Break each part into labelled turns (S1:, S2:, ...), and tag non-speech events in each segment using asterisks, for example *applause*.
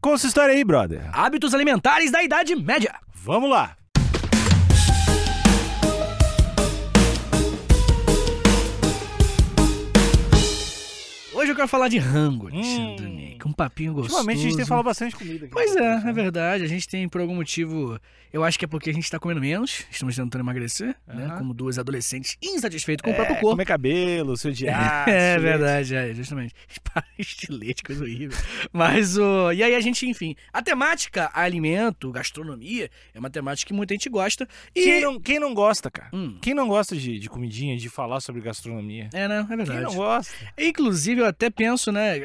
S1: Conta essa história aí, brother.
S2: Hábitos alimentares da Idade Média.
S1: Vamos lá.
S2: Hoje eu quero falar de rango, de
S1: Hum.
S2: Nick. Um papinho gostoso.
S1: Ultimamente a gente tem falado bastante comida aqui.
S2: Pois é, é
S1: verdade.
S2: verdade. A gente tem, por algum motivo, eu acho que é porque a gente tá comendo menos, estamos tentando emagrecer, né?
S1: Aham.
S2: Como duas adolescentes insatisfeitas com o
S1: É,
S2: próprio corpo.
S1: comer cabelo, seu diário.
S2: *laughs* É verdade, é, justamente. *laughs* Para estilete, coisa horrível. Mas o. E aí a gente, enfim. A temática alimento, gastronomia, é uma temática que muita gente gosta. E.
S1: Quem não, quem não gosta, cara?
S2: Hum,
S1: Quem não gosta de, de comidinha, de falar sobre gastronomia?
S2: é, né? É
S1: Quem
S2: verdade.
S1: não gosta?
S2: Inclusive, eu até penso, né?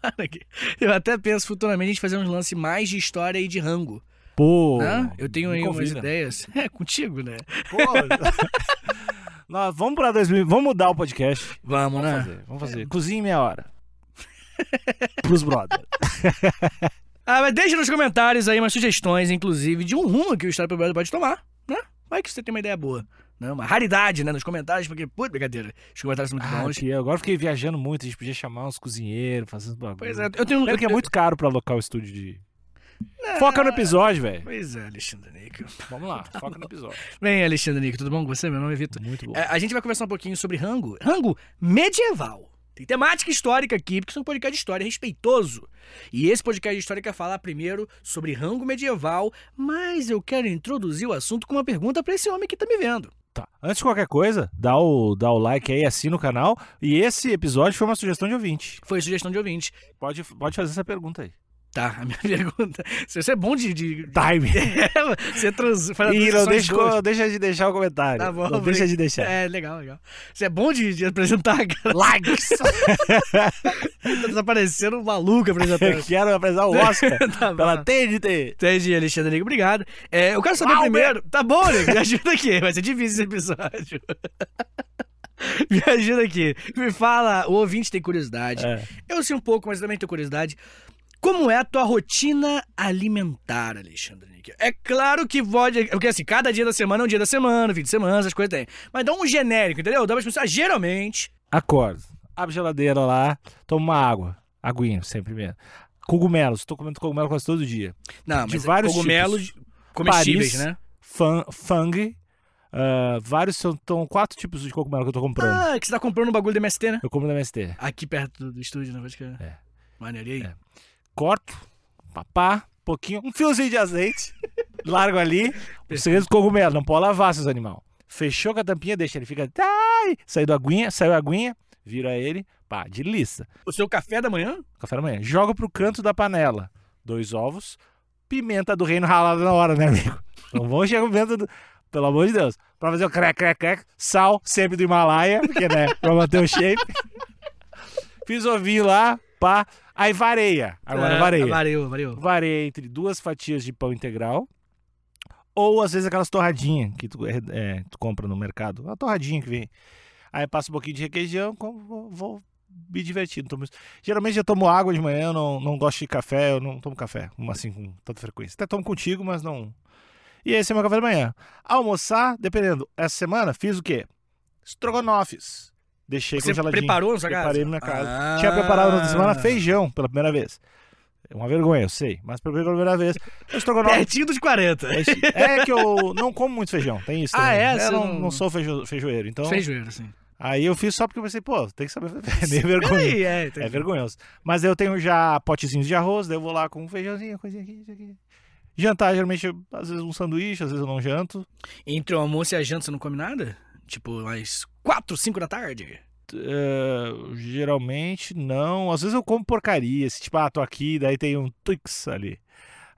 S2: Para aqui. Eu até penso futuramente a gente fazer uns lance mais de história e de rango.
S1: *laughs* Pô,
S2: né? Eu tenho
S1: me
S2: aí umas
S1: convida.
S2: ideias. *laughs* É, contigo, né?
S1: Pô. *laughs* Nós vamos pra 2000, vamos mudar o podcast.
S2: Vamos,
S1: Vamos
S2: né?
S1: fazer, vamos fazer. Cozinha em meia
S2: *laughs*
S1: hora. Pros brother.
S2: Ah, mas deixa nos comentários aí umas sugestões, inclusive, de um rumo que o História Brother pode tomar, né? Vai que você tem uma ideia boa. Né? Uma raridade, né? Nos comentários, porque, pô, brincadeira. Os comentários são muito
S1: Ah,
S2: bons.
S1: que agora eu fiquei viajando muito, a gente podia chamar uns cozinheiros, fazer uns bagulho.
S2: Pois é, eu tenho...
S1: Primeiro que é muito caro pra alocar o estúdio de... Foca no episódio, velho.
S2: Pois é, Alexandre Nico.
S1: É. Vamos lá, foca no episódio.
S2: Bem, Alexandre Nico, tudo bom com você? Meu nome é
S1: *laughs*
S2: Vitor.
S1: Muito bom.
S2: É, a gente vai conversar um pouquinho sobre rango. Rango medieval. Tem temática histórica aqui, porque isso é um podcast de história respeitoso. E esse podcast de história quer falar primeiro sobre rango medieval, mas eu quero introduzir o assunto com uma pergunta pra esse homem que tá me vendo.
S1: Tá. Antes de qualquer coisa, dá o, dá o like aí, assina o canal. E esse episódio foi uma sugestão de ouvinte.
S2: Foi sugestão de ouvinte.
S1: Pode, pode fazer essa pergunta aí.
S2: Tá, a minha *laughs* pergunta. Se você é bom de. de...
S1: Time!
S2: *laughs* você trans... faz a
S1: E não
S2: transição de
S1: deixa,
S2: gosto.
S1: deixa de deixar o comentário.
S2: Tá bom,
S1: não deixa de deixar.
S2: É, legal, legal. Você é bom de, de apresentar, cara.
S1: Likes!
S2: *laughs* tá desaparecendo um
S1: *laughs*
S2: maluco
S1: Eu
S2: apresentando.
S1: quero apresentar o Oscar
S2: *laughs* tá bom.
S1: pela TNT.
S2: Entendi, Alexandre Negro, obrigado. É, eu quero saber
S1: Valber!
S2: primeiro. Tá bom, Nego, me ajuda aqui, vai ser difícil esse episódio. *laughs* me ajuda aqui. Me fala, o ouvinte tem curiosidade.
S1: É.
S2: Eu sei um pouco, mas também tenho curiosidade. Como é a tua rotina alimentar, Alexandre Níquel? É claro que pode. Porque assim, cada dia da semana é um dia da semana, fim de semana, essas coisas tem. Mas dá um genérico, entendeu? Dá pra pensar, geralmente.
S1: Acordo. Abre a geladeira lá, toma uma água. Aguinha, sempre mesmo. Cogumelos, tô comendo cogumelo quase todo dia.
S2: Não,
S1: De
S2: mas
S1: vários
S2: cogumelos
S1: tipos.
S2: comestíveis,
S1: Paris.
S2: né?
S1: Fan, fang. ah, vários são tão, quatro tipos de cogumelo que eu tô comprando.
S2: Ah, que você tá comprando um bagulho do MST, né?
S1: Eu como da MST.
S2: Aqui perto do estúdio, né? Pode crer.
S1: É.
S2: Maneiro, e aí?
S1: É. Corto, papá, pouquinho, um fiozinho de azeite. *laughs* largo ali. O segredo do cogumelo, não pode lavar, seus animal. Fechou com a tampinha, deixa ele fica. Ai, saiu da aguinha, saiu a aguinha, vira ele, pá, de liça.
S2: O seu café da manhã?
S1: Café da manhã. Joga pro canto da panela. Dois ovos, pimenta do reino ralada na hora, né, amigo? Não vamos chegar com pimenta do. Pelo amor de Deus. Pra fazer o crack, crack, crack. Sal, sempre do Himalaia, porque, né? *laughs* Pra manter o shape. Fiz ovinho lá, pá. Aí vareia. Agora
S2: É,
S1: vareia.
S2: Vareio, vareio.
S1: Vareia entre duas fatias de pão integral. Ou às vezes aquelas torradinhas que tu, é, é, tu compra no mercado. Uma torradinha que vem. Aí passa um pouquinho de requeijão, como vou, vou me divertindo. Tomo isso. Geralmente eu tomo água de manhã, eu não, não gosto de café, eu não tomo café, assim, com tanta frequência. Até tomo contigo, mas não. E esse é meu café da manhã. Almoçar, dependendo. Essa semana fiz o quê? Estrogonofes. Deixei
S2: Você
S1: congeladinho.
S2: preparou na sua casa?
S1: Preparei na minha casa.
S2: Ah.
S1: Tinha preparado na outra semana
S2: *laughs*
S1: feijão pela primeira vez. É uma vergonha, eu sei, mas pela primeira vez. O
S2: *laughs*
S1: estrogonofe.
S2: Pertinho dos 40.
S1: é que eu não como muito feijão, tem isso.
S2: Ah,
S1: também.
S2: é?
S1: Eu
S2: Você
S1: não,
S2: não-
S1: não sou feijo- feijoeiro. Então,
S2: Feijoeiro, *laughs* assim.
S1: aí eu fiz só porque eu pensei, pô, tem que saber. *laughs* É meio vergonha.
S2: Peraí, é,
S1: É
S2: tem-
S1: vergonhoso. Mas eu tenho já potezinhos de arroz, daí eu vou lá com um feijãozinho, coisinha aqui, isso aqui. Jantar, geralmente, eu- às vezes um sanduíche, às vezes eu não janto.
S2: Entre o almoço e a janta você não come nada? Tipo, às 4, 5 da tarde?
S1: Eh, geralmente, não. Às vezes eu como porcaria. Assim, tipo, ah, tô aqui, daí tem um Twix ali.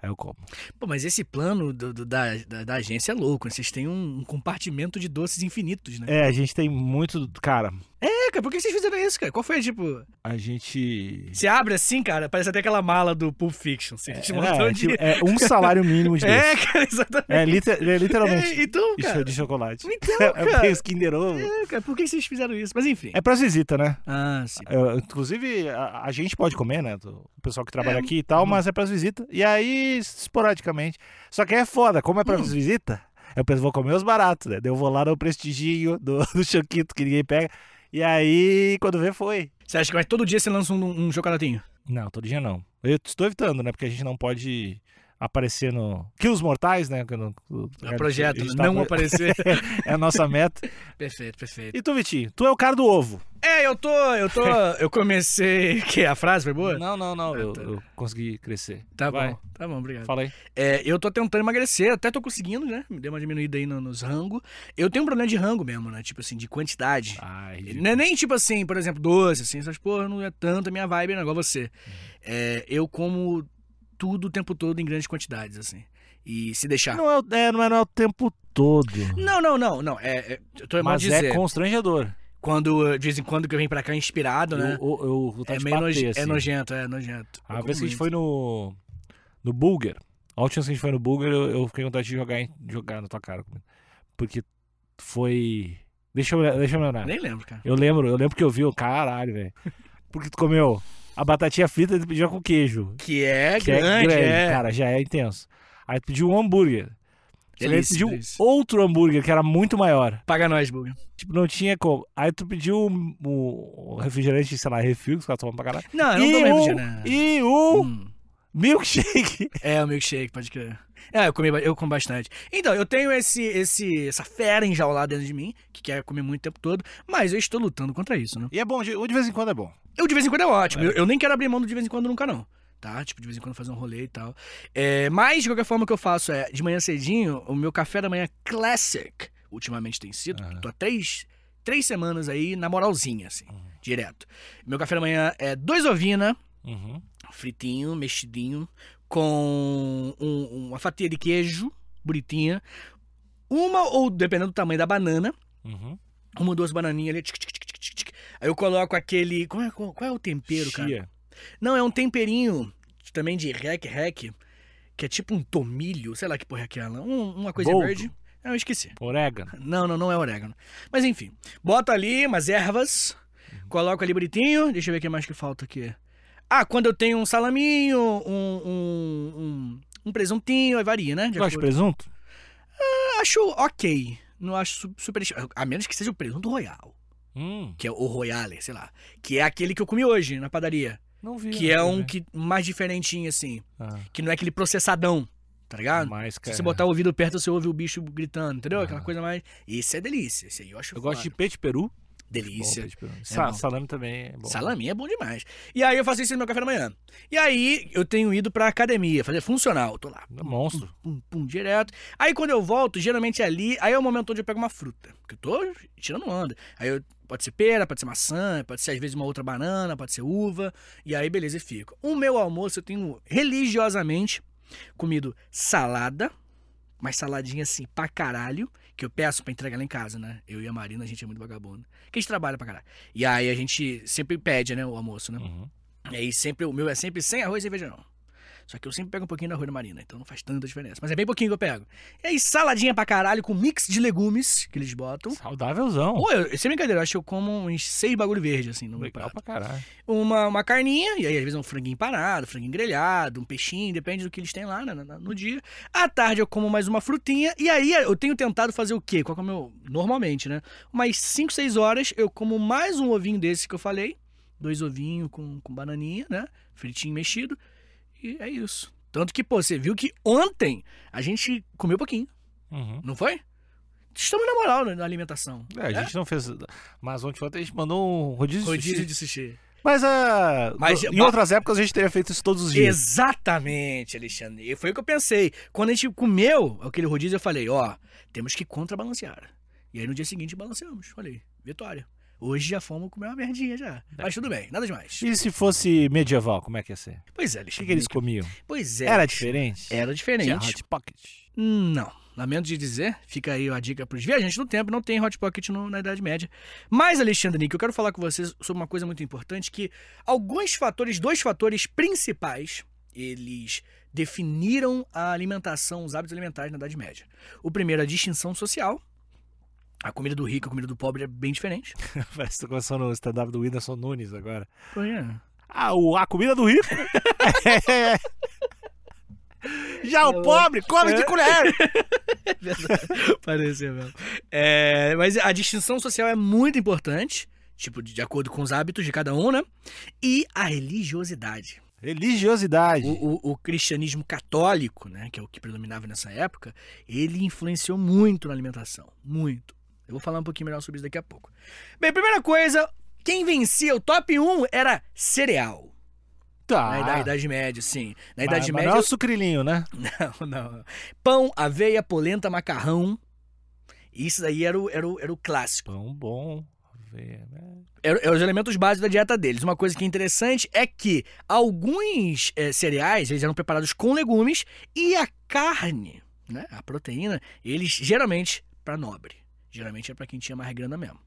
S1: Aí eu como.
S2: Pô, mas esse plano do- do- da, da, da agência é louco. né? Vocês têm um, um compartimento de doces infinitos, né?
S1: É, a gente tem muito. Cara,
S2: É, cara, por que vocês fizeram isso, cara? Qual foi, tipo...
S1: a gente.
S2: Você abre assim, cara, parece até aquela mala do Pulp Fiction. Assim,
S1: É,
S2: de um montão
S1: é,
S2: de...
S1: tipo, é um salário mínimo de
S2: *laughs*
S1: doce.
S2: é, cara, exatamente.
S1: É, liter- é literalmente.
S2: É, então,
S1: Isso
S2: cara...
S1: é de chocolate.
S2: Então,
S1: *laughs* É
S2: cara...
S1: o Kinder Ovo.
S2: É, cara, por que vocês fizeram isso? Mas enfim.
S1: É pras visitas, né?
S2: Ah, sim.
S1: Eu- inclusive, a, a gente pode comer, né? do- O pessoal que trabalha
S2: É.
S1: aqui e tal, mas é pras visitas. E aí, esporadicamente. Só que é foda, como é pras
S2: Hum.
S1: visitas, eu penso, vou comer os baratos, né? Daí Eu vou lá no prestiginho do, *laughs* do Choquito que ninguém pega. E aí, quando vê, foi.
S2: Você acha que vai todo dia você lança um, um chocolatinho?
S1: Não, todo dia não. Eu estou evitando, né? Porque a gente não pode aparecer no. Que os mortais, né? que no-
S2: É projeto,
S1: a gente tá-
S2: não
S1: *laughs*
S2: aparecer.
S1: É a nossa meta.
S2: perfeito, perfeito.
S1: E tu, Vitinho? Tu é o cara do ovo.
S2: É, eu tô, eu tô, eu comecei, *laughs* que a frase foi boa?
S1: Não, não, não. Eu,
S2: tá.
S1: eu consegui crescer.
S2: Tá
S1: Vai,
S2: bom, tá bom, obrigado.
S1: Fala aí.
S2: É, eu tô tentando emagrecer, até tô conseguindo, né? Me dei uma diminuída aí no- nos rango. Eu tenho um problema de rango mesmo, né? Tipo assim, de quantidade.
S1: Ai,
S2: Não é nem tipo assim, por exemplo, doce, assim, essas porra, não é tanto a minha vibe, não, igual você.
S1: Uhum.
S2: É, eu como tudo o tempo todo em grandes quantidades, assim. E se deixar.
S1: não é, o- é, não é, não é o tempo todo.
S2: Não, não, não, não. É, é, eu tô mal
S1: Mas
S2: dizer.
S1: é constrangedor.
S2: Quando, de vez em quando, que eu venho pra cá inspirado, né?
S1: Eu, eu, eu vou
S2: É
S1: é
S2: meio noje-
S1: bater,
S2: é
S1: assim.
S2: nojento, é nojento.
S1: A
S2: Eu
S1: vez que
S2: como
S1: a gente
S2: muito.
S1: foi no. No Bulger. A última vez que a gente foi no Bulger, eu, eu fiquei com vontade de jogar, em- jogar na tua cara. comigo. Porque foi. Deixa eu, deixa eu me lembrar.
S2: Nem lembro, cara.
S1: Eu lembro, eu lembro que eu vi o caralho, velho. Porque tu comeu a batatinha frita e tu pediu com queijo.
S2: Que é
S1: que
S2: grande,
S1: é grande,
S2: é.
S1: cara, já é intenso. Aí tu pediu um hambúrguer. Só que Aí tu
S2: Delícia,
S1: pediu
S2: delícia.
S1: outro hambúrguer que era muito maior.
S2: Paga nós, Bug.
S1: Tipo, não tinha como. Aí tu pediu um, um refrigerante, sei lá, refil, que os caras tomam pra caralho.
S2: Não, eu não
S1: e,
S2: tomei
S1: um,
S2: refrigerante.
S1: e um
S2: Hum.
S1: milkshake.
S2: É, o milkshake, pode crer. É, eu, comi, ba- eu como bastante. Então, eu tenho esse, esse, essa fera enjaulada dentro de mim, que quer comer muito o tempo todo, mas eu estou lutando contra isso, né?
S1: E é bom, de de vez em quando é bom.
S2: Eu de vez em quando é ótimo, eu, eu nem quero abrir mão do de vez em quando nunca não, tá? Tipo, de vez em quando fazer um rolê e tal. É, mas, de qualquer forma, o que eu faço é, de manhã cedinho, o meu café da manhã classic, ultimamente tem sido,
S1: Aham.
S2: tô há três, três semanas aí, na moralzinha, assim, direto. Meu café da manhã é dois ovina,
S1: Uhum.
S2: fritinho, mexidinho, com um- uma fatia de queijo bonitinha, uma ou, dependendo do tamanho da banana,
S1: Uhum.
S2: uma ou duas bananinhas ali. Tic, tic, tic, tic, tic, tic. Aí eu coloco aquele. Qual é, qual, qual é o tempero, cara?
S1: Chia.
S2: Não, é um temperinho também de rec rec, que é tipo um tomilho, sei lá que porra é aquela. Um, uma coisa
S1: Boldo.
S2: verde. Ah, eu esqueci.
S1: Orégano.
S2: Não, não, não é orégano. Mas enfim, bota ali umas ervas, coloco ali bonitinho. Deixa eu ver o que mais que falta aqui. Ah, quando eu tenho um salaminho, um, um, um, um presuntinho, aí varia, né? De
S1: Tu gosta de
S2: acordo.
S1: presunto?
S2: Eu acho ok. Não acho su- super. A menos que seja o presunto royal,
S1: Hum,
S2: que é o royale, sei lá. Que é aquele que eu comi hoje na padaria.
S1: não vi.
S2: Que
S1: não
S2: é
S1: vi.
S2: um que mais diferentinho, assim.
S1: Ah,
S2: Que não é aquele processadão, tá ligado?
S1: mais,
S2: Se
S1: cara.
S2: você botar o ouvido perto, você ouve o bicho gritando, entendeu? Aquela
S1: Aham.
S2: coisa mais. Esse é delícia. Esse aí eu acho
S1: Eu gosto
S2: foda.
S1: de peixe peru.
S2: Delícia.
S1: Bom, peixe peru. é Sa-
S2: bom.
S1: salame também é bom.
S2: Salame é bom demais. E aí eu faço isso no meu café da manhã. E aí eu tenho ido pra academia, fazer funcional. Tô lá,
S1: É monstro.
S2: pum, pum, direto. Aí quando eu volto, geralmente é ali, aí é o momento onde eu pego uma fruta. Porque eu tô tirando onda. Aí eu- pode ser pera, pode ser maçã, pode ser às vezes uma outra banana, pode ser uva. E aí beleza, e fico. O meu almoço eu tenho religiosamente comido salada, mas saladinha assim pra caralho, que eu peço pra entregar lá em casa, né? Eu e a Marina, a gente é muito vagabundo. Que a gente trabalha pra caralho. E aí a gente sempre pede, né, o almoço, né?
S1: Uhum.
S2: E aí sempre, o meu é sempre sem arroz e feijão. Só que eu sempre pego um pouquinho da arroz da marina, então não faz tanta diferença. Mas é bem pouquinho que eu pego. E aí, saladinha pra caralho, com mix de legumes que eles botam.
S1: Saudávelzão.
S2: Então? Pô, eu, sem brincadeira, eu acho que eu como uns seis bagulho verde, assim, no meu
S1: Legal
S2: prato.
S1: pra caralho.
S2: Uma, uma carninha, e aí às vezes um franguinho parado, franguinho grelhado, um peixinho, depende do que eles têm lá né, na- na- no dia. À tarde eu como mais uma frutinha, e aí eh, eu tenho tentado fazer o quê? Qual que é o meu... Normalmente, né? Umas cinco seis horas eu como mais um ovinho desse que eu falei. Dois ovinhos com, com bananinha, né? Fritinho mexido. E é isso. Tanto que, pô, você viu que ontem a gente comeu pouquinho,
S1: Uhum.
S2: não foi? Estamos na moral né, na alimentação.
S1: É, a
S2: né?
S1: gente não fez. Mas ontem ontem a gente mandou um rodízio, de
S2: Rodízio
S1: sushi.
S2: de sushi.
S1: Mas, ah,
S2: Mas-
S1: no- em
S2: mas-
S1: outras épocas a gente teria feito isso todos os dias.
S2: Exatamente, Alexandre. E Foi o que eu pensei. Quando a gente comeu aquele rodízio, eu falei, ó, temos que contrabalancear. E aí no dia seguinte balanceamos. Falei, vitória. Hoje já fomos comer uma merdinha já. Mas tudo bem, nada demais.
S1: É. E se fosse medieval, como é que ia ser?
S2: Pois
S1: O que,
S2: é, Alexandre.
S1: que eles comiam?
S2: Pois é.
S1: Era diferente?
S2: Era
S1: Tinha
S2: diferente.
S1: hot pocket. *laughs*
S2: Não. Lamento de dizer, fica aí a dica pros viajantes do tempo, não tem Hot Pocket no- na Idade Média. Mas, Alexandre Nick, eu quero falar com vocês sobre uma coisa muito importante, que alguns fatores, dois fatores principais, eles definiram a alimentação, os hábitos alimentares na Idade Média. O primeiro, é a distinção social. A comida do rico e a comida do pobre é bem diferente.
S1: Parece que tô começando o stand-up do Whindersson Nunes agora.
S2: Pois é.
S1: Ah, o, a comida do rico. *laughs* Já o
S2: Eu- É.
S1: pobre come de colher.
S2: Verdade. *laughs* Parecia mesmo. É, mas a distinção social é muito importante, tipo, de de acordo com os hábitos de cada um, né? E a religiosidade.
S1: Religiosidade.
S2: O, o- o cristianismo católico, né, que é o que predominava nessa época, ele influenciou muito na alimentação. Muito. Eu vou falar um pouquinho melhor sobre isso daqui a pouco. Bem, primeira coisa, quem vencia o top 1 era cereal.
S1: Tá.
S2: Na Idade, Idade Média, sim. Na
S1: mas,
S2: Idade
S1: mas
S2: Média.
S1: não é o sucrilinho, né?
S2: Não, não. Pão, aveia, polenta, macarrão. Isso daí era o, era o, era o clássico.
S1: Pão bom. Ver, né?
S2: Eram eram os elementos básicos da dieta deles. Uma coisa que é interessante é que alguns eh, cereais eles eram preparados com legumes e a carne, né, a proteína, eles geralmente para nobre. Geralmente era para quem tinha mais grana mesmo.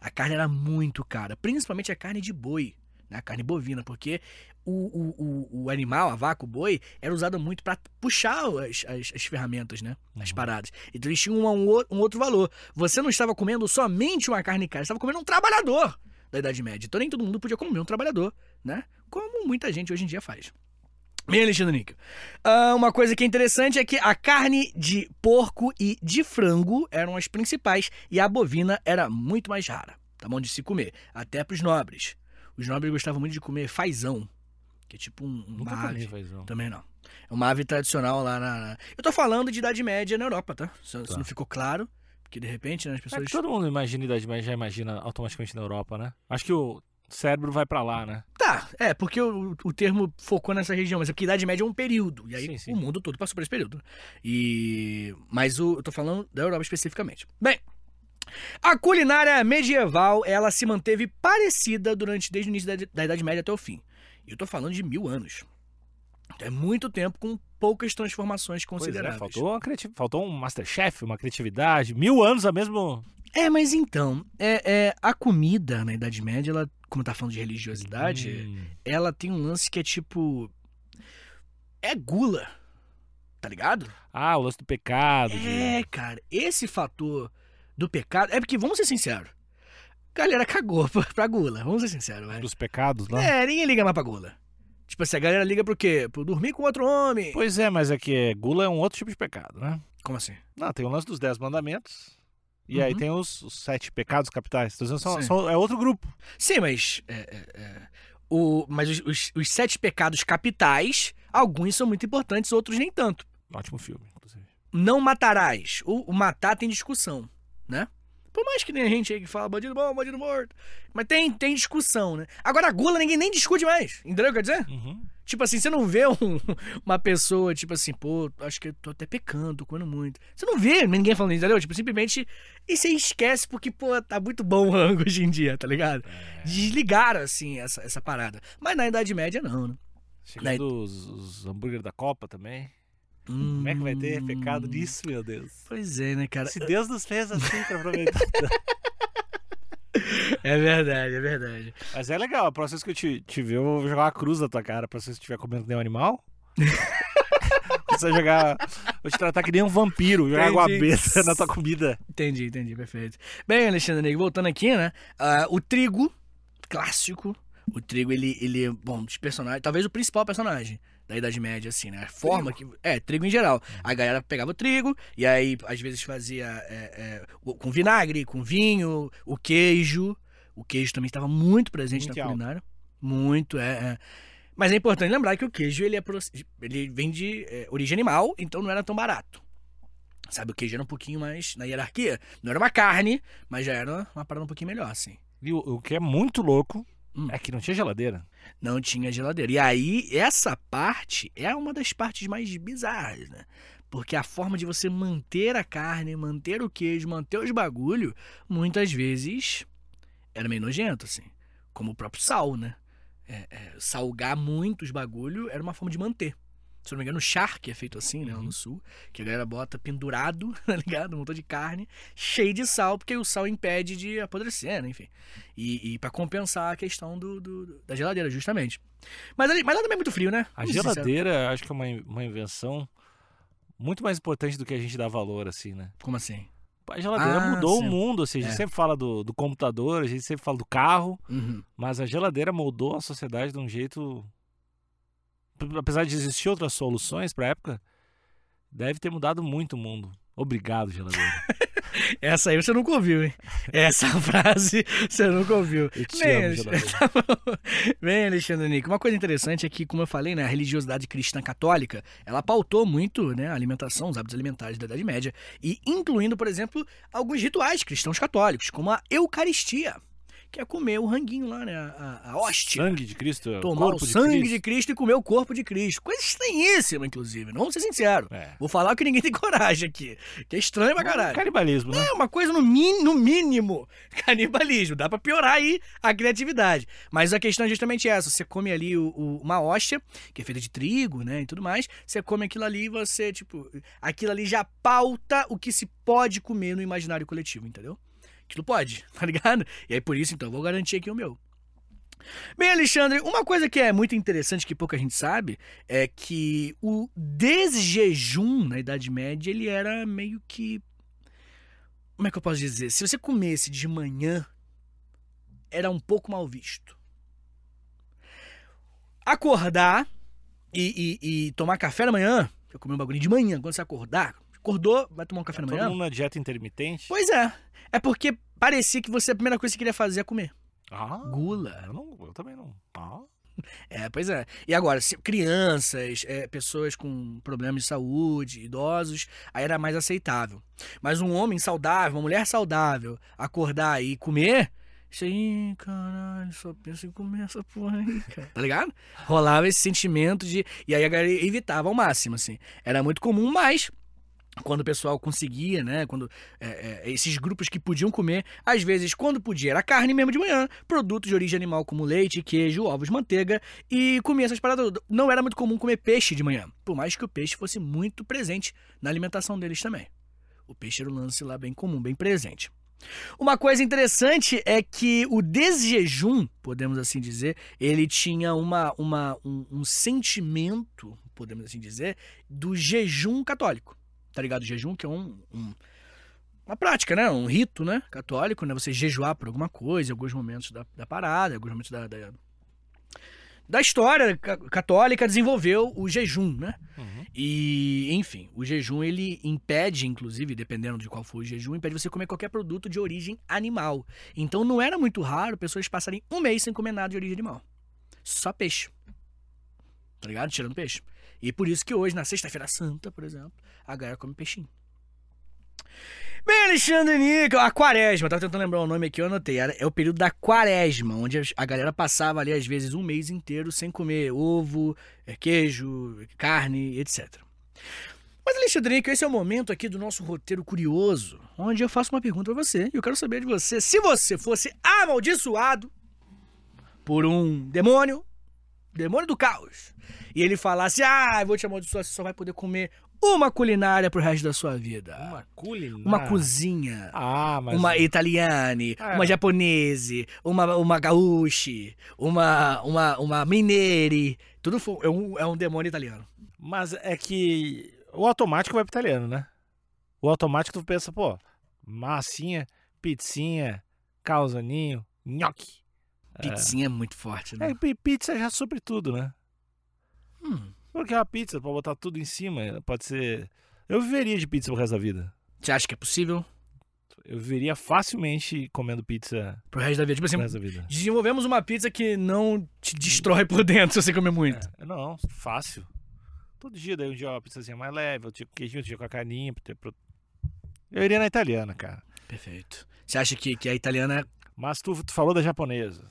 S2: A carne era muito cara, principalmente a carne de boi, né, a carne bovina, porque o, o, o, o animal, a vaca, o boi, era usado muito para puxar as, as, as ferramentas, né? As
S1: Uhum.
S2: paradas. Então eles tinham um, um o- um outro valor. Você não estava comendo somente uma carne cara, você estava comendo um trabalhador da Idade Média. Então nem todo mundo podia comer um trabalhador, né? Como muita gente hoje em dia faz. Bem, Alexandre Níquel. ah, uma coisa que é interessante é que a carne de porco e de frango eram as principais e a bovina era muito mais rara, tá bom? De se comer, até pros nobres. Os nobres gostavam muito de comer fazão, que é tipo um, um
S1: Nunca
S2: uma
S1: comi
S2: ave.
S1: fazão.
S2: Também não. É uma ave tradicional lá na. na- Eu tô falando de Idade Média na Europa, tá? Se, se
S1: Tá.
S2: não ficou claro, porque de repente né, as
S1: É
S2: pessoas.
S1: que todo mundo imagina Idade Média, já imagina automaticamente na Europa, né? Acho que o cérebro vai pra lá, né?
S2: Tá, é, porque o, o termo focou nessa região, mas é porque a Idade Média é um período. E aí
S1: Sim, sim.
S2: o mundo todo passou por esse período. E. Mas o- eu tô falando da Europa especificamente. Bem. A culinária medieval, ela se manteve parecida durante desde o início da, da Idade Média até o fim. E eu tô falando de mil anos. Então é muito tempo com poucas transformações
S1: Pois é,
S2: consideráveis.
S1: faltou, uma criati- faltou um Masterchef, uma criatividade. Mil anos a mesmo.
S2: É, mas então, é, é, a comida na Idade Média, ela, como tá falando de religiosidade,
S1: Hum,
S2: ela tem um lance que é tipo. É gula. Tá ligado?
S1: Ah, o lance do pecado. de-
S2: É, cara, esse fator do pecado. É porque, vamos ser sinceros. Galera cagou *laughs* pra, pra gula, vamos ser sinceros, velho.
S1: Dos pecados né? lá.
S2: É, ninguém liga mais pra gula. Tipo assim, a galera liga pro quê? Pro dormir com outro homem.
S1: Pois é, mas é que é- gula é um outro tipo de pecado, né?
S2: Como assim?
S1: Não, tem o lance dos dez mandamentos. E aí
S2: Uhum.
S1: tem os, os sete pecados capitais. Tô dizendo só-
S2: Sim.
S1: só- é outro grupo.
S2: Sim, mas. é, é, é, o, mas os, os- os sete pecados capitais, alguns são muito importantes, outros nem tanto.
S1: Ótimo filme, inclusive.
S2: não matarás. O, o matar tem discussão, né? Por mais que nem a gente aí que fala bandido bom, bandido morto. Mas tem, tem discussão, né? Agora a gula ninguém nem discute mais. Entendeu o que eu quero dizer?
S1: Uhum.
S2: Tipo assim, você não vê um- *laughs* uma pessoa, tipo assim, pô, acho que eu tô até pecando, tô comendo muito. Você não vê ninguém falando isso, entendeu? Tipo, simplesmente. E você esquece porque, pô, tá muito bom o *laughs* rango hoje em dia, tá ligado?
S1: É.
S2: Desligaram, assim, essa, essa parada. Mas na Idade Média, não, né?
S1: Chegando os, os hambúrguer da Copa também. Como é que vai ter pecado nisso, meu Deus?
S2: Pois é, né, cara?
S1: Se Deus nos fez assim pra *laughs* aproveitar.
S2: É verdade, é verdade.
S1: Mas é legal, a próxima vez que eu te, te ver, eu vou jogar uma cruz na tua cara. Pra você se estiver comendo que nem um animal. *laughs* Você vai jogar. Vou te tratar que nem um vampiro, jogar
S2: Entendi.
S1: água besta na tua comida.
S2: Entendi, entendi, perfeito. Bem, Alexandre Negro, voltando aqui, né? Ah, o trigo, clássico. O trigo, ele, ele é, bom, dos personagens, talvez o principal personagem da Idade Média, assim, né? A forma que. É, trigo em geral. A galera pegava o trigo, e aí, às vezes, fazia é, é, o- com vinagre, com vinho, o queijo. O queijo também estava muito presente
S1: Muito
S2: na
S1: alto.
S2: culinária. Muito, é, é. Mas é importante lembrar que o queijo ele, é, pro- ele vem de é, origem animal, então não era tão barato. Sabe, o queijo era um pouquinho mais na hierarquia. Não era uma carne, mas já era uma parada um pouquinho melhor, assim.
S1: E o, o que é muito louco
S2: Hum.
S1: é que não tinha geladeira.
S2: Não tinha geladeira. E aí, essa parte é uma das partes mais bizarras, né? Porque a forma de você manter a carne, manter o queijo, manter os bagulho, muitas vezes era meio nojento, assim. Como o próprio sal, né? É, é, salgar muito os bagulho era uma forma de manter. Se eu não me engano, o charque é feito assim, né? Lá
S1: Uhum.
S2: no sul. Que a galera bota pendurado, *laughs* tá ligado? Um montão de carne, cheio de sal, porque o sal impede de apodrecer, né? Enfim. E, e para compensar a questão do, do- do- da geladeira, justamente. Mas, ali- mas lá também é muito frio, né?
S1: A
S2: Vamos ser sinceros.
S1: geladeira, acho que é uma, in- uma invenção muito mais importante do que a gente dá valor, assim, né?
S2: Como assim?
S1: A geladeira
S2: Ah,
S1: mudou
S2: sim.
S1: o mundo, assim, a gente
S2: É.
S1: sempre fala do, do computador, a gente sempre fala do carro,
S2: Uhum.
S1: mas a geladeira moldou a sociedade de um jeito. p- Apesar de existir outras soluções pra época, deve ter mudado muito o mundo. Obrigado, geladeira.
S2: Essa aí você nunca ouviu, hein? Essa *laughs* frase você nunca ouviu. *laughs*
S1: Eu te
S2: Bem,
S1: amo,
S2: Alex-
S1: Jonathan.
S2: Tá bom. Bem, Alexandre Nico, uma coisa interessante é que, como eu falei, né, a religiosidade cristã católica, ela pautou muito né, a alimentação, os hábitos alimentares da Idade Média, e incluindo, por exemplo, alguns rituais cristãos católicos, como a Eucaristia, que é comer o ranguinho lá, né, a, a- a hóstia
S1: Sangue de Cristo, é
S2: tomar o
S1: corpo
S2: sangue
S1: de
S2: de Cristo e comer o corpo de Cristo. Coisa estranhíssima, inclusive. Não vou ser sincero.
S1: Cristo. É.
S2: Vou falar o que ninguém tem *laughs* coragem aqui. Que é estranho pra caralho.
S1: Canibalismo, né?
S2: É uma coisa no, min- no mínimo *laughs* canibalismo. Dá pra piorar aí a criatividade. Mas a questão é justamente essa. Você come ali o- o- uma hóstia, que é feita de trigo, né, e tudo mais. Você come aquilo ali e você, tipo... Aquilo ali já pauta o que se pode comer no imaginário coletivo, entendeu? Aquilo pode, *laughs* tá ligado? E aí por isso, então, eu vou garantir aqui o meu. Bem, Alexandre, uma coisa que é muito interessante que pouca gente sabe é que o desjejum na Idade Média, ele era meio que como é que eu posso dizer? Se você comesse de manhã, era um pouco mal visto. Acordar e, e- e tomar café da manhã, eu comi um bagulho de manhã, quando você acordar, acordou, vai tomar um café da
S1: Todo
S2: manhã?
S1: mundo na dieta intermitente.
S2: Pois é. É porque parecia que você a primeira coisa que você queria fazer é comer.
S1: Ah,
S2: Gula.
S1: eu, não- eu também não. Ah,
S2: É, pois é. E agora, se- crianças, é, pessoas com problemas de saúde, idosos, aí era mais aceitável. Mas um homem saudável, uma mulher saudável, acordar e comer, isso aí, caralho, só pensa em comer essa porra aí, cara. Tá ligado? Rolava esse sentimento de. E aí a galera evitava ao máximo, assim. Era muito comum, mas. Quando o pessoal conseguia, né? Quando é, é, esses grupos que podiam comer, às vezes, quando podia, era carne mesmo de manhã, produtos de origem animal como leite, queijo, ovos, manteiga, e comia essas paradas. todas. Não era muito comum comer peixe de manhã, por mais que o peixe fosse muito presente na alimentação deles também. O peixe era um lance lá bem comum, bem presente. Uma coisa interessante é que o desjejum, podemos assim dizer, ele tinha uma, uma, um, um sentimento, podemos assim dizer, do jejum católico. Tá ligado? O jejum que é um- um, uma prática, né? Um rito, né? Católico, né? Você jejuar por alguma coisa, em alguns momentos da, da parada, em alguns momentos da, da, da história ca- católica desenvolveu o jejum, né?
S1: uhum.
S2: E, enfim, o jejum ele impede, inclusive, dependendo de qual for o jejum, impede você comer qualquer produto de origem animal. Então não era muito raro pessoas passarem um mês sem comer nada de origem animal. Só peixe. Tá ligado? Tirando peixe. E por isso que hoje, na Sexta-feira Santa, por exemplo, a galera come peixinho. Bem, Alexandre Nico, a quaresma, tava tentando lembrar o nome aqui, eu anotei. Era- É o período da quaresma, onde as- a galera passava ali, às vezes, um mês inteiro sem comer ovo, é, queijo, carne, etc. Mas, Alexandre, Nico, esse é o momento aqui do nosso roteiro curioso, onde eu faço uma pergunta pra você. E eu quero saber de você. Se você fosse amaldiçoado por um demônio, demônio do caos, e ele falasse, ah, eu vou te amaldiçoar, você só vai poder comer uma culinária pro resto da sua vida.
S1: Uma culinária.
S2: Uma cozinha.
S1: Ah, mas.
S2: Uma italiane,
S1: É.
S2: uma japonese, uma, uma gaúche, uma, uma, uma mineire. Tudo fo- é um, é um demônio italiano.
S1: Mas é que o automático vai pro italiano, né? O automático tu pensa, pô, massinha, pizzinha, calzoninho, nhoque.
S2: Pizzinha é muito forte, né?
S1: É, pi- pizza já sobre tudo, né?
S2: Hum.
S1: Porque é uma pizza, pode botar tudo em cima, pode ser... Eu viveria de pizza pro resto da vida.
S2: Você acha que é possível
S1: Eu viveria facilmente comendo pizza
S2: pro resto da vida? Tipo
S1: pro
S2: assim,
S1: resto da vida.
S2: desenvolvemos uma pizza que não te destrói por dentro se você comer muito.
S1: É, não, fácil. Todo dia, daí um dia uma pizzazinha mais leve, outro dia com queijinho, outro dia com a carninha. pra ter pro- Eu iria na italiana, cara.
S2: Perfeito. Você acha que, que a italiana é.
S1: Mas tu, tu falou da japonesa.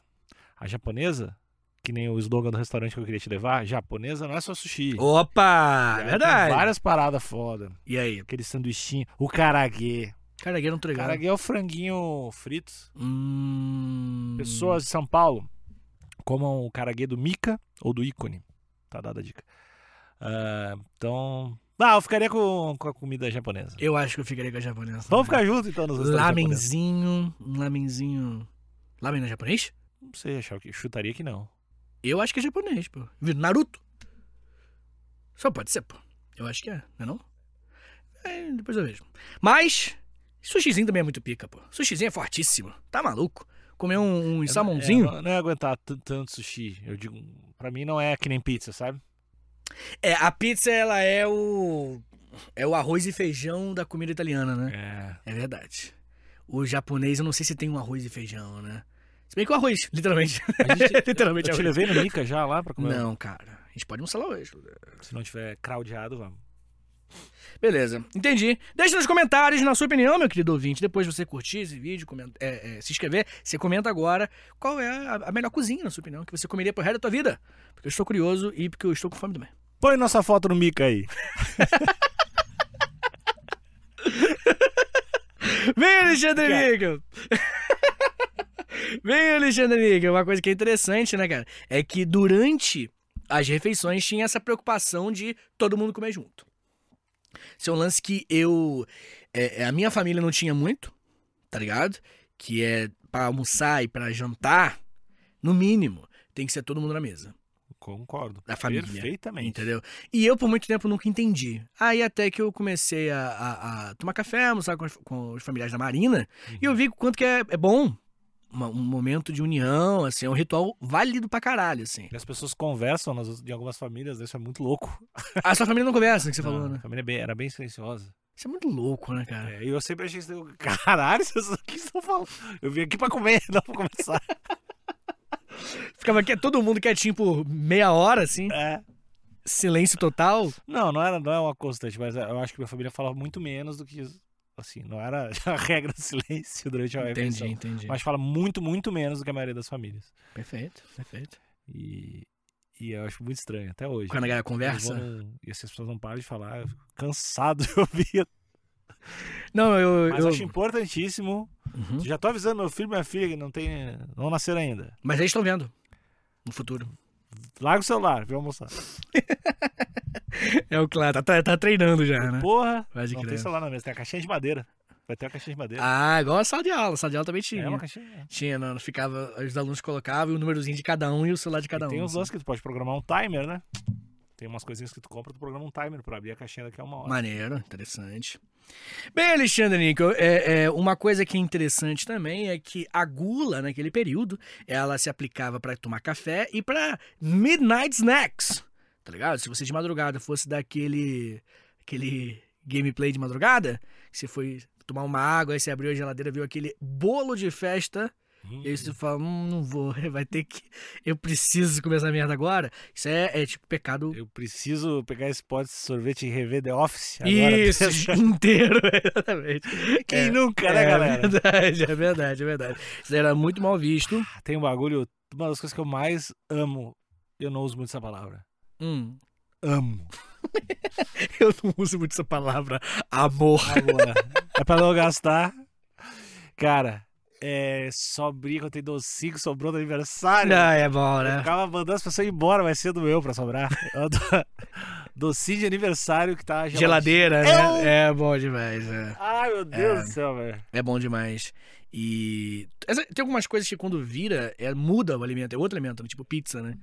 S1: A japonesa, que nem o slogan do restaurante que eu queria te levar, japonesa não é só sushi. Ela
S2: Opa!
S1: tem
S2: é verdade.
S1: Várias paradas foda.
S2: E aí?
S1: Aquele sanduichinho, o caraguê.
S2: Caragueiro não tô ligado.
S1: Caraguê é o franguinho frito.
S2: Hum.
S1: Pessoas de São Paulo comam o caraguê do Mica ou do ícone. Tá dada a dica. Ah, então. Ah, eu ficaria com, com a comida japonesa.
S2: Eu acho que eu ficaria com a japonesa.
S1: Vamos ficar juntos então nos restaurantes japoneses.
S2: Lamenzinho, um lamenzinho. Lamen não é japonês?
S1: Não sei, achar que chutaria que não.
S2: Eu acho que é japonês, pô. Viu? Naruto? Só pode ser, pô. Eu acho que é, não é não? É, depois eu vejo. Mas, sushizinho também é muito pica, pô. Sushizinho é fortíssimo. Tá maluco? Comer um, um
S1: Eu-
S2: salmãozinho?
S1: é, não, não ia aguentar t- tanto sushi. Eu digo, pra mim não é que nem pizza, sabe?
S2: É, a pizza, ela é o. É o arroz e feijão da comida italiana, né?
S1: É.
S2: É verdade. O japonês, eu não sei se tem um arroz e feijão, né? Se bem que o arroz, *laughs* literalmente.
S1: A *laughs* gente-
S2: literalmente é
S1: Eu te
S2: arroz.
S1: levei no Mica já lá pra comer. um?
S2: Não, cara. A gente pode almoçar lá hoje.
S1: Se não tiver craudeado, vamos.
S2: Beleza, entendi. Deixa nos comentários na sua opinião, meu querido ouvinte. Depois de você curtir esse vídeo, comenta- é, é, se inscrever, você comenta agora qual é a, a melhor cozinha, na sua opinião, que você comeria pro resto da tua vida. Porque eu estou curioso e porque eu estou com fome também.
S1: Põe nossa foto no Mica aí.
S2: Vem, Alexandre Níquel! *laughs* Vem, Alexandre Níquel! Uma coisa que é interessante, né, cara? É que durante as refeições tinha essa preocupação de todo mundo comer junto. Isso é um lance que eu. é, a minha família não tinha muito, tá ligado? Que é pra almoçar e pra jantar, no mínimo, tem que ser todo mundo na mesa.
S1: Concordo.
S2: Da família.
S1: Perfeitamente.
S2: Entendeu? E eu, por muito tempo, nunca entendi. Aí até que eu comecei a, a- a tomar café, almoçar com, os- com os familiares da Marina,
S1: Uhum.
S2: e eu vi o quanto que é, é bom. Uma- um momento de união, assim, é um ritual válido pra
S1: *laughs*
S2: caralho, assim.
S1: E As pessoas conversam nas, outras- em algumas famílias, né? isso é muito louco.
S2: A sua família não conversa, que você
S1: Ah,
S2: falou, né?
S1: A família é bem- era bem silenciosa.
S2: Isso é muito louco, né, cara?
S1: É, E eu *laughs* sempre achei isso. Caralho, vocês o que estão falando? Eu vim aqui pra comer, *laughs* não pra conversar.
S2: Ficava aqui, todo mundo quietinho por meia hora, assim,
S1: É.
S2: silêncio total.
S1: Não, não, era, não é uma constante, mas eu acho que minha família falava muito menos do que. isso. Assim, não era *laughs* a regra do silêncio durante a
S2: Entendi,
S1: refeição.
S2: entendi.
S1: É, Mas fala muito, muito menos do que a maioria das famílias.
S2: Perfeito, perfeito.
S1: E, e eu acho muito estranho, até hoje.
S2: Quando a galera
S1: Eu
S2: conversa.
S1: vou num- E essas pessoas não param de falar, eu fico cansado *laughs* de ouvir.
S2: Não, eu.
S1: Mas
S2: eu-
S1: acho importantíssimo.
S2: Uhum.
S1: Já tô avisando meu filho e minha filha que não tem. não nasceram ainda.
S2: Mas eles estão vendo. No futuro.
S1: Larga o celular, vem almoçar.
S2: *laughs* É o claro, tá, tá treinando já, né?
S1: Porra!
S2: Pode
S1: não
S2: crer.
S1: tem celular na mesa, tem a caixinha de madeira. Vai ter uma caixinha de madeira.
S2: Ah, igual a sala de aula. A sala de aula também tinha.
S1: é uma caixinha.
S2: Tinha, não, ficava, os alunos colocavam e o númerozinho de cada um e o celular de cada
S1: e
S2: um.
S1: tem os
S2: assim.
S1: lances que tu pode programar um timer, né? Tem umas coisinhas que tu compra, tu programa um timer pra abrir a caixinha daqui a uma hora.
S2: Maneiro, interessante. Bem, Alexandre Nico, é, é, uma coisa que é interessante também é que a gula, naquele período, ela se aplicava pra tomar café e pra midnight snacks, tá ligado? Se você de madrugada fosse daquele aquele gameplay de madrugada, que você foi tomar uma água, aí você abriu a geladeira, viu aquele bolo de festa
S1: Hum.
S2: E aí você fala, hum, não vou, *laughs* vai ter que. Eu preciso comer essa merda agora. Isso é, é tipo pecado
S1: Eu preciso pegar esse pote de sorvete e rever The Office agora. *laughs*
S2: isso *laughs* inteiro, exatamente.
S1: Quem
S2: É,
S1: nunca, né,
S2: é
S1: galera?
S2: verdade, é verdade, é verdade. Isso era muito mal visto.
S1: *laughs* Tem um bagulho, uma das coisas que eu mais amo, eu não uso muito essa palavra.
S2: Hum,
S1: Amo.
S2: eu não uso muito essa palavra amor.
S1: Agora. é pra não gastar. Cara, é só briga, eu tenho docinho que sobrou do aniversário.
S2: Não, é bom,
S1: Eu
S2: né?
S1: ficava mandando as pessoas ir embora, vai ser do meu pra sobrar. Eu adoro- Docinho de aniversário que tá gelado.
S2: Geladeira, né? É bom demais, é.
S1: Ai, meu Deus do céu, velho.
S2: É bom demais. E. essa- Tem algumas coisas que quando vira, é, muda o alimento, é outro alimento, né? tipo pizza, né?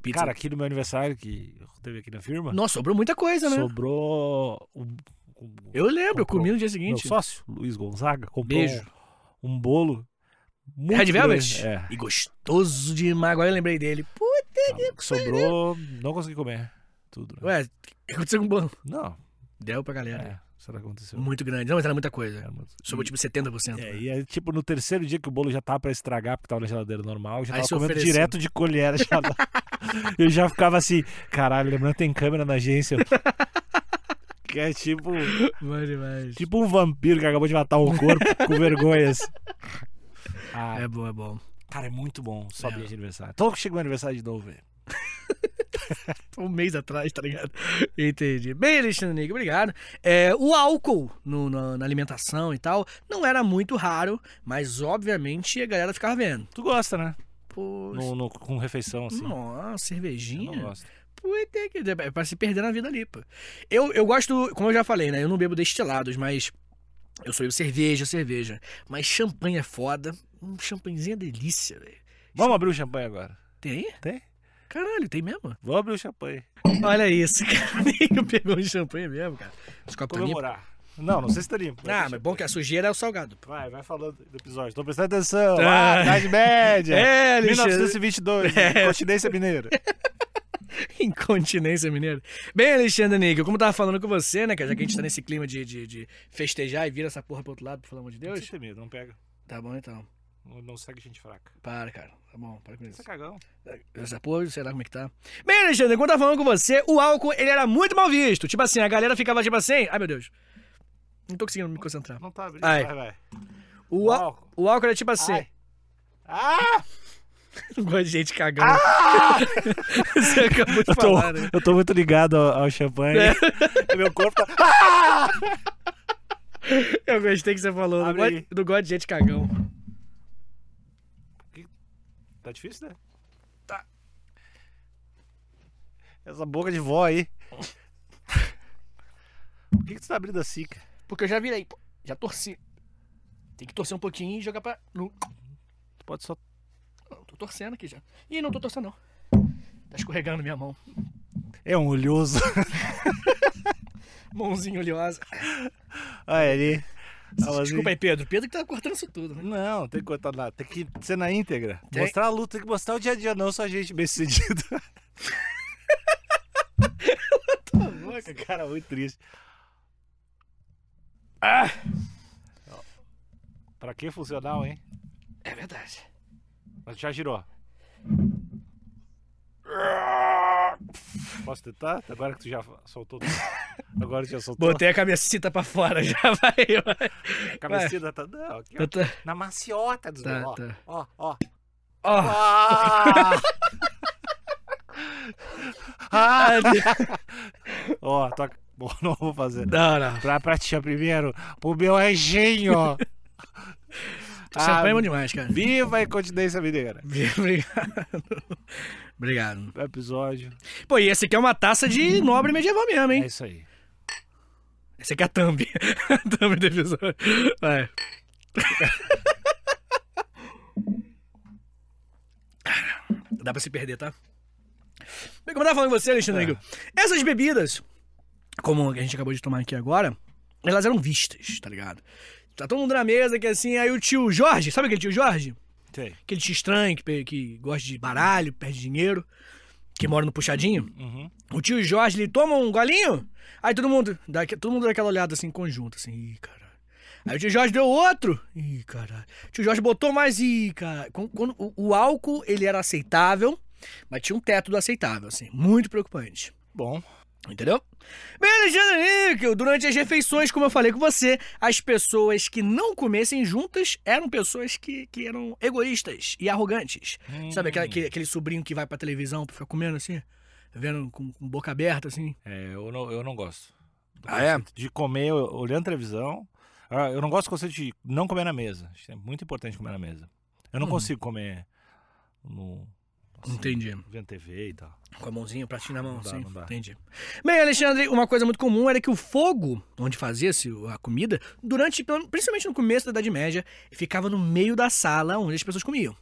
S2: Pizza.
S1: Cara, aqui no meu aniversário, que teve aqui na firma,
S2: Nossa, sobrou muita coisa, né?
S1: sobrou. Um, um-
S2: Eu lembro, eu
S1: Comprou.
S2: comi no dia
S1: meu
S2: seguinte.
S1: sócio, Luiz Gonzaga, comprou
S2: Beijo.
S1: Um, um bolo. Muito
S2: Red
S1: grande.
S2: Velvet?
S1: É.
S2: E gostoso demais. Agora eu lembrei dele. Puta.
S1: Sobrou, não consegui comer tudo. né?
S2: Ué, o que aconteceu com o bolo?
S1: Não,
S2: Deu pra galera.
S1: é, será que aconteceu?
S2: Muito grande. Não, mas era muita coisa.
S1: Era muito-
S2: Hum. Sobrou tipo 70%.
S1: É,
S2: né?
S1: e aí, tipo, no terceiro dia que o bolo já tava pra estragar, porque tava na geladeira normal, eu já
S2: Aí
S1: tava
S2: se
S1: comendo
S2: ofereceu.
S1: direto de colher. Já... *laughs* eu já ficava assim, caralho, lembrando que tem câmera na agência. *laughs* que é tipo,
S2: Bom demais.
S1: tipo um vampiro que acabou de matar um
S2: *laughs*
S1: corpo com vergonhas. Ah,
S2: É bom, é bom.
S1: cara, é muito bom só
S2: É.
S1: é. de aniversário. Todo que chega o meu aniversário de novo, velho.
S2: Um mês atrás, tá ligado? *laughs* Entendi. Bem, Alexandre Negro, obrigado. É, o álcool no- na, na alimentação e tal não era muito raro, mas obviamente a galera ficava vendo.
S1: Tu gosta, né?
S2: Pô,
S1: No, no- com refeição, assim.
S2: nossa,
S1: Eu
S2: cervejinha.
S1: não gosto.
S2: Puta que. É pra se perder na vida ali, pô. Eu, eu gosto, como eu já falei, né? Eu não bebo destilados, mas. Eu só bebo cerveja, cerveja. Mas champanhe é foda. Um champanhezinho é delícia, velho.
S1: Vamos abrir o champanhe agora.
S2: Tem?
S1: Tem.
S2: Caralho, tem *laughs* mesmo?
S1: Vamos abrir o champanhe.
S2: Tá Olha isso, cara. *laughs* Nem pegou um champanhe mesmo, cara. Os copos tá limpos.
S1: Comemorar. Não, não sei se tá limpo.
S2: Ah, mas bom que a sujeira é o salgado. pô.
S1: Vai, vai falando do episódio. Tô prestando atenção.
S2: Ah. *laughs*
S1: Ah, Idade Média.
S2: É, Alexandre.
S1: 1922. Continência Mineira.
S2: *laughs* Incontinência mineira. Bem, Alexandre Níquel, como eu tava falando com você, né, cara? Já que a gente tá nesse clima de, de, de festejar e vira essa porra pro outro lado, pelo amor de
S1: Não
S2: Deus.
S1: precisa ter medo, não pega.
S2: Tá bom então.
S1: Não, não segue gente fraca.
S2: Para, cara. Tá bom, para com isso.
S1: Você é cagão.
S2: Essa porra, sei lá como é que tá. Bem, Alexandre, quando eu tava falando com você, o álcool, ele era muito mal visto. Tipo assim, a galera ficava tipo assim... Ai, meu Deus. Não tô conseguindo me concentrar.
S1: Não tá abrindo.
S2: Ai.
S1: Vai, vai.
S2: O, á-
S1: Álcool.
S2: o álcool era tipo assim...
S1: Ai. Ah!
S2: *laughs* Não gosto de gente cagando. Ah! *laughs* você acabou de
S1: Eu *laughs* tô,
S2: falar, né?
S1: eu tô muito ligado ao, ao *laughs* champanhe. Meu corpo tá.
S2: Eu gostei que você falou. Não
S1: Abre
S2: gosto,
S1: aí.
S2: não gosto de gente cagão.
S1: Tá difícil, né? Tá. Essa boca de vó aí. Por que, que tu tá abrindo assim, cara?
S2: Porque eu já virei, pô. Já torci. Tem que torcer um pouquinho e jogar pra. Não,
S1: Tu pode só.
S2: não, tô torcendo aqui já. Ih, não tô torcendo, não. Tá escorregando minha mão.
S1: É um olhoso. *laughs*
S2: Mãozinha oleosa.
S1: Olha ali.
S2: Desculpa aí, Pedro. Pedro que tá cortando isso tudo, né?
S1: Não, não tem que cortar nada. Tem que ser na íntegra.
S2: Tem.
S1: Mostrar a luta, tem que mostrar o dia a dia, não só a gente bem sucedido. *laughs* Esse cara é muito triste. Ah! Pra que funcional, hein?
S2: É verdade.
S1: Mas já girou. Posso tentar? Agora que tu já soltou. tudo. Agora que já soltou.
S2: Botei a cabecita pra fora já, *laughs* vai, vai.
S1: A cabecida tá. Não, aqui, ó.
S2: Tá, tá.
S1: Na maciota dos
S2: Tá,
S1: ó,
S2: tá.
S1: ó, ó.
S2: Ó.
S1: Ah! Ah! Ó, tô... Bom, *laughs* não vou fazer.
S2: Não, não.
S1: Pra, pra tia primeiro, pro meu anjinho.
S2: Champanhe é bom
S1: Ah,
S2: demais, cara.
S1: viva a Incontinência Mineira.
S2: *laughs* Obrigado. Obrigado.
S1: Episódio.
S2: Pô, e essa aqui é uma taça de nobre medieval mesmo,
S1: É
S2: hein?
S1: isso aí.
S2: Essa aqui é a thumb. *laughs* a thumb do episódio. Vai. *laughs* Dá pra se perder, tá? Bem, como eu tava falando com você, Alexandre, Igor, essas bebidas, como a gente acabou de tomar aqui agora, elas eram vistas, tá ligado? Tá todo mundo na mesa que assim, aí o tio Jorge, sabe aquele tio Jorge?
S1: Sei.
S2: Aquele tio estranho que, pe- que gosta de baralho, perde dinheiro, que mora no puxadinho.
S1: Uhum.
S2: O tio Jorge, ele toma um golinho, aí todo mundo, dá, aque- todo mundo dá aquela olhada assim, em conjunto, assim, ih, caralho. Aí o tio Jorge deu outro, ih, caralho. O tio Jorge botou mais, ih, caralho. Quando, quando o, o álcool, ele era aceitável, mas tinha um teto do aceitável, assim, muito preocupante.
S1: Bom.
S2: Entendeu? Bem, Alexandre Níquel, durante as refeições, como eu falei com você, as pessoas que não comessem juntas eram pessoas que, que eram egoístas e arrogantes. Sabe
S1: Hum.
S2: aquela- aquele, aquele sobrinho que vai pra televisão pra ficar comendo assim? Vendo com, com boca aberta, assim?
S1: É, eu, não, eu não gosto. Do
S2: Ah, é?
S1: conceito De comer eu- olhando televisão. Ah, Eu não gosto do conceito de não comer na mesa. Acho que É muito importante comer na mesa. Eu não
S2: Uhum.
S1: consigo comer no. assim,
S2: Entendi.
S1: Vendo TV e tal.
S2: Com a mãozinha, o pratinho na mão,
S1: Não dá,
S2: assim.
S1: não dá.
S2: Entendi. Bem, Alexandre, uma coisa muito comum era que o fogo, onde fazia-se a comida, durante, pelo- principalmente no começo da Idade Média, ficava no meio da sala onde as pessoas comiam.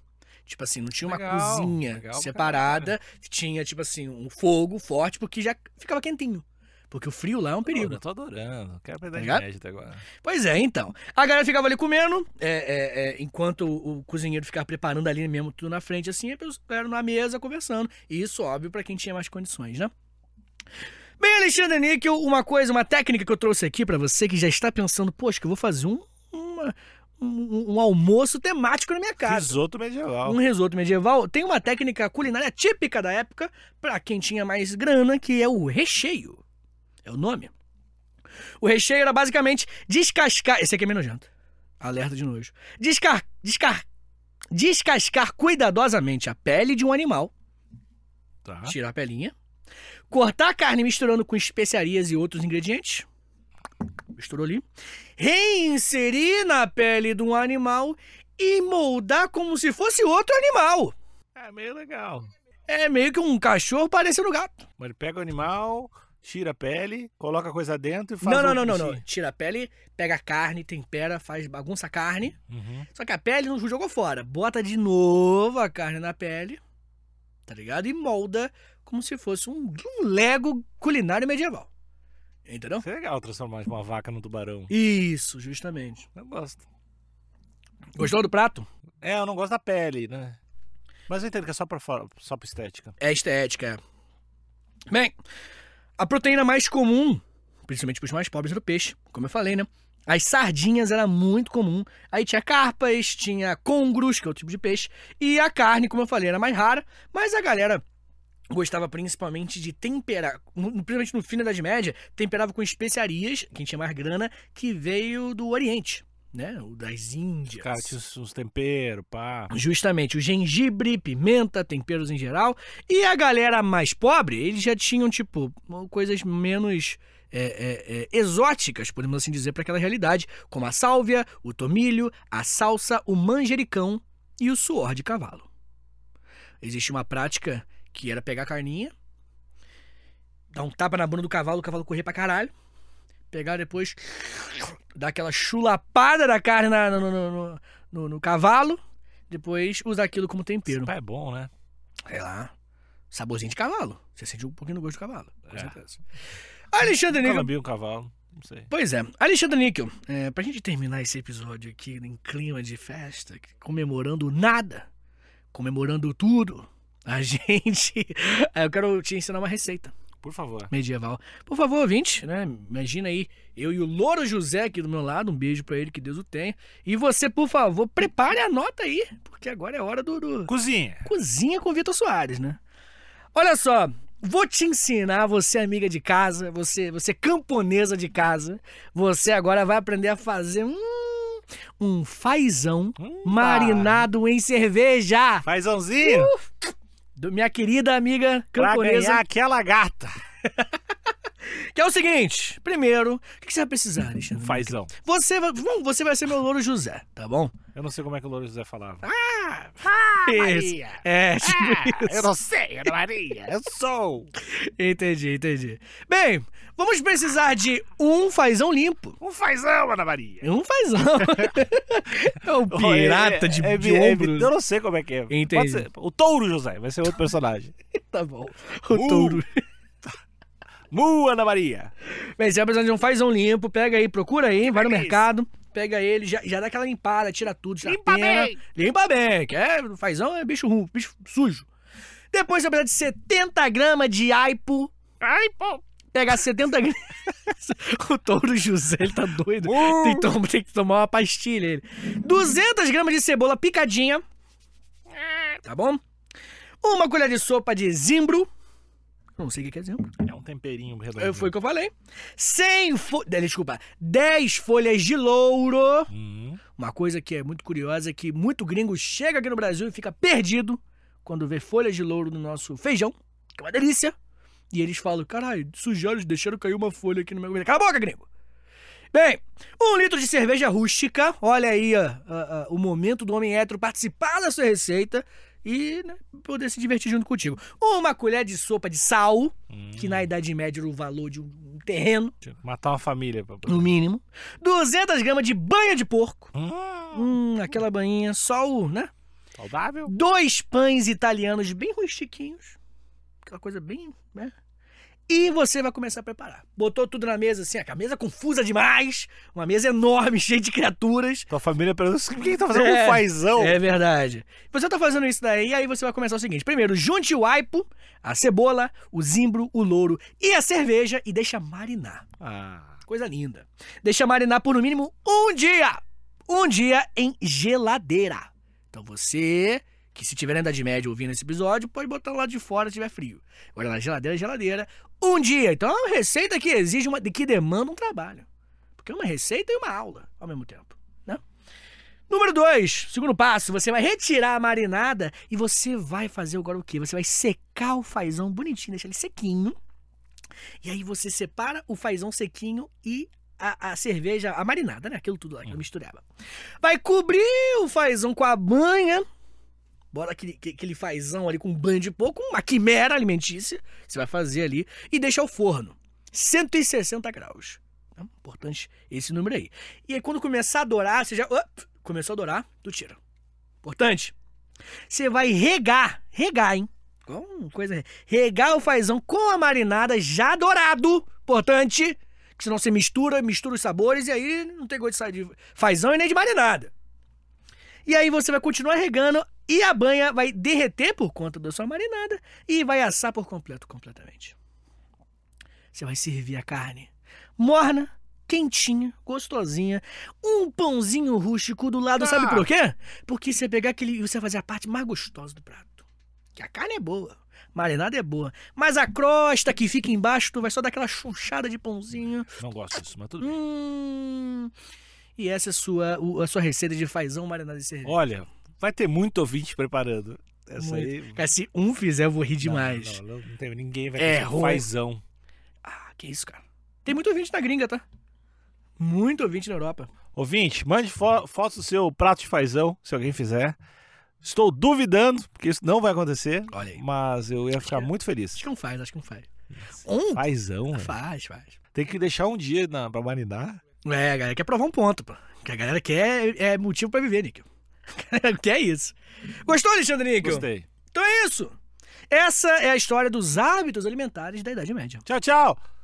S2: Tipo assim, não tinha uma
S1: Legal,
S2: cozinha
S1: legal pra
S2: separada, tinha, tipo assim, um fogo forte, porque já ficava quentinho. Porque o frio lá é um perigo.
S1: Pô, eu né? tô adorando. Quero perder a
S2: ligado?
S1: média até agora.
S2: Pois é, então. A galera ficava ali comendo, é, é, é, enquanto o, o cozinheiro ficava preparando ali mesmo tudo na frente, assim, eles eram na mesa conversando. E isso, óbvio, pra quem tinha mais condições, né? Bem, Alexandre Níquel, uma coisa, uma técnica que eu trouxe aqui pra você que já está pensando, poxa, que eu vou fazer um, uma- um, um almoço temático na minha casa.
S1: Risoto medieval.
S2: Um risoto medieval tem uma técnica culinária típica da época pra quem tinha mais grana, que é o recheio. É o nome. O recheio era basicamente descascar. Esse aqui é meio nojento. Alerta de nojo. Descar, descar, descascar cuidadosamente a pele de um animal,
S1: Tá.
S2: tirar a pelinha, cortar a carne misturando com especiarias e outros ingredientes. Misturou ali. Reinserir na pele de um animal e moldar como se fosse outro animal.
S1: É meio legal.
S2: É meio que um cachorro parecendo um gato.
S1: Mas ele pega o animal, tira a pele, coloca a coisa dentro e faz.
S2: Não, não,
S1: outro
S2: não, não, não.
S1: bichinho.
S2: Tira a pele, pega a carne, tempera, faz bagunça a carne.
S1: Uhum.
S2: Só que a pele não jogou fora. Bota de novo a carne na pele, tá ligado? E molda como se fosse um, um Lego culinário medieval. Entendeu?
S1: Isso é legal transformar tipo, uma vaca num tubarão.
S2: Isso, justamente.
S1: Eu gosto.
S2: Gostou do prato?
S1: É, eu não gosto da pele, né? Mas eu entendo que é só pra fora, só pra estética.
S2: É estética. Bem, a proteína mais comum, principalmente para os mais pobres, era o peixe, como eu falei, né? As sardinhas era muito comum. Aí tinha carpas, tinha congros, que é outro tipo de peixe. E a carne, como eu falei, era mais rara. Mas a galera gostava principalmente de temperar, no- no- principalmente no fim da Idade Média, temperava com especiarias, quem tinha mais grana, que veio do Oriente, né? O das Índias.
S1: Cara, tinha uns- uns temperos, pá.
S2: Justamente, o gengibre, pimenta, temperos em geral. E a galera mais pobre, eles já tinham, tipo, coisas menos é, é, é, exóticas, podemos assim dizer, para aquela realidade, como a sálvia, o tomilho, a salsa, o manjericão e o suor de cavalo. Existe uma prática que era pegar a carninha, dar um tapa na bunda do cavalo, o cavalo correr pra caralho, pegar depois, dar aquela chulapada da carne na- no- no- no- no- no cavalo, depois usar aquilo como tempero.
S1: Esse pá é bom, né?
S2: Sei lá. Saborzinho de cavalo. Você sente um pouquinho do gosto do cavalo. Com
S1: É.
S2: certeza. Alexandre
S1: Nunca
S2: Níquel.
S1: lambi um cavalo. Não sei.
S2: Pois é. Alexandre Níquel, é, pra gente terminar esse episódio aqui em clima de festa, comemorando nada, comemorando tudo, a *laughs* gente. Ah, Eu quero te ensinar uma receita
S1: Por favor.
S2: medieval. Por favor, ouvinte, né? Imagina aí, eu e o Louro José aqui do meu lado, um beijo pra ele, que Deus o tenha. E você, por favor, prepare a nota aí, porque agora é hora do- do,
S1: Cozinha.
S2: Cozinha com Vitor Soares, né? Olha só, vou te ensinar, você é amiga de casa, você, você é camponesa de casa, você agora vai aprender a fazer hum, um fazão
S1: Hum,
S2: marinado em cerveja.
S1: pá. Fazãozinho.
S2: Do- minha querida amiga
S1: pra ganhar
S2: camponesa,
S1: aquela gata.
S2: que é o seguinte, primeiro, o que você vai precisar, Alexandre?
S1: Fazão.
S2: Você, vai- bom, você vai ser meu louro José, tá bom?
S1: Eu não sei como é que o Louro José falava.
S2: Ah, Maria. É, tipo isso.
S1: Ah, eu não sei, Ana Maria. Eu sou
S2: Entendi, entendi. Bem, vamos precisar de um fazão limpo.
S1: um fazão, Ana Maria.
S2: Um fazão. *laughs* é um pirata de,
S1: É, é,
S2: de
S1: é,
S2: ombro.
S1: eu não sei como é que é. Pode
S2: Entendi.
S1: ser- o Touro José vai ser outro personagem.
S2: Tá bom. *laughs* O
S1: Uh.
S2: touro.
S1: Mu, Ana Maria.
S2: Bem, você vai precisar de um fazão limpo. Pega aí, procura aí, vai no
S1: Pega
S2: mercado. Pega ele, já, já dá aquela limpada, tira tudo, tira
S1: Limpa
S2: a pena.
S1: bem.
S2: Limpa bem, que é, fazão é bicho ruim, bicho sujo. Depois você vai precisar de 70 gramas de aipo.
S1: Ai, pô.
S2: Pegar 70 gramas. *laughs* o touro José, ele tá doido.
S1: Uh.
S2: Tem que, tom- *laughs* tem que tomar uma pastilha ele. 200 gramas de cebola picadinha. Tá bom? Uma colher de sopa de zimbro. Não sei o que que é zimbro.
S1: É um temperinho redondinho.
S2: É, Foi o que eu falei. 100 fo... eh, Desculpa. 10 folhas de louro.
S1: Hum,
S2: Uma coisa que é muito curiosa é que muito gringo chega aqui no Brasil e fica perdido quando vê folhas de louro no nosso feijão, que é uma delícia. E eles falam, caralho, sujaram, deixaram cair uma folha aqui no meu... Cala a boca, gringo! Bem, um litro de cerveja rústica, olha aí ó, ó, ó, o momento do homem hétero participar da sua receita e né, poder se divertir junto contigo. Uma colher de sopa de sal,
S1: hum.
S2: que na Idade Média era o valor de um um terreno,
S1: Tinha que Matar uma família. Pra...
S2: no mínimo. 200 gramas de banha de porco.
S1: Hum,
S2: Hum, aquela banhinha, só o, né?
S1: saudável.
S2: Dois pães italianos bem rustiquinhos. Aquela coisa bem, né? E você vai começar a preparar. Botou tudo na mesa, assim, a mesa confusa demais. Uma mesa enorme, *laughs* cheia de criaturas.
S1: Tua família pergunta, por que que tá fazendo
S2: É,
S1: um fazão?
S2: É verdade. Você tá fazendo isso daí, aí você vai começar o seguinte. Primeiro, junte o aipo, a cebola, o zimbro, o louro e a cerveja e deixa marinar.
S1: Ah,
S2: Coisa linda. Deixa marinar por no mínimo um dia. Um dia em geladeira. Então você, que se tiver na Idade Média ouvindo esse episódio, pode botar lá de fora se tiver frio. Olha lá, geladeira, geladeira. Um dia. Então é uma receita que exige uma. que demanda um trabalho. Porque é uma receita e uma aula ao mesmo tempo. né? Número dois, segundo passo, você vai retirar a marinada e você vai fazer agora o quê? Você vai secar o fazão bonitinho, deixar ele sequinho. E aí você separa o fazão sequinho e a, a cerveja, a marinada, né? Aquilo tudo lá que eu
S1: Hum.
S2: misturava. Vai cobrir o fazão com a banha. Bora aquele, que- aquele fazão ali com um banho de pouco, uma quimera alimentícia. Você vai fazer ali e deixa ao forno. 160 graus. né? Importante esse número aí. E aí quando começar a dourar, você já... Op, começou a dourar, tu tira. Importante. Você vai regar, regar, hein? Com coisa... Regar o fazão com a marinada já dourado. Importante. Que senão você mistura, mistura os sabores e aí não tem gosto de sa- de fazão e nem de marinada. E aí você vai continuar regando e a banha vai derreter por conta da sua marinada e vai assar por completo, completamente. Você vai servir a carne morna, quentinha, gostosinha, um pãozinho rústico do lado, sabe
S1: Ah.
S2: por quê? Porque você pegar aquele e você vai fazer a parte mais gostosa do prato. Que a carne é boa, marinada é boa, mas a crosta que fica embaixo, tu vai só dar aquela chunchada de pãozinho.
S1: Não gosto disso, mas tudo bem.
S2: Hum. E essa é a sua, o- a sua receita de fazão marinada e cerveja.
S1: Olha, vai ter muito ouvinte preparando. Essa
S2: Muito.
S1: aí.
S2: Cara, se um fizer, eu vou rir
S1: Não,
S2: demais.
S1: Não, não, não tem- ninguém vai
S2: É
S1: ter
S2: ruim.
S1: fazão.
S2: Ah, que isso, cara. Tem muito ouvinte na gringa, tá? Muito ouvinte na Europa.
S1: Ouvinte, mande fo- foto do seu prato de fazão, se alguém fizer. Estou duvidando, porque isso não vai acontecer,
S2: Olha aí.
S1: mas eu ia ficar
S2: que-
S1: muito
S2: Acho
S1: feliz.
S2: que não faz, acho que não faz. Um?
S1: Fazão, né?
S2: Faz, faz.
S1: tem que deixar um dia na, pra marinar.
S2: É, a galera quer provar um ponto, pô. Que a galera quer é motivo pra viver, Níquel. *laughs* que é isso. Gostou, Alexandre Níquel?
S1: Gostei.
S2: Então é isso. Essa é a história dos hábitos alimentares da Idade Média.
S1: Tchau, tchau!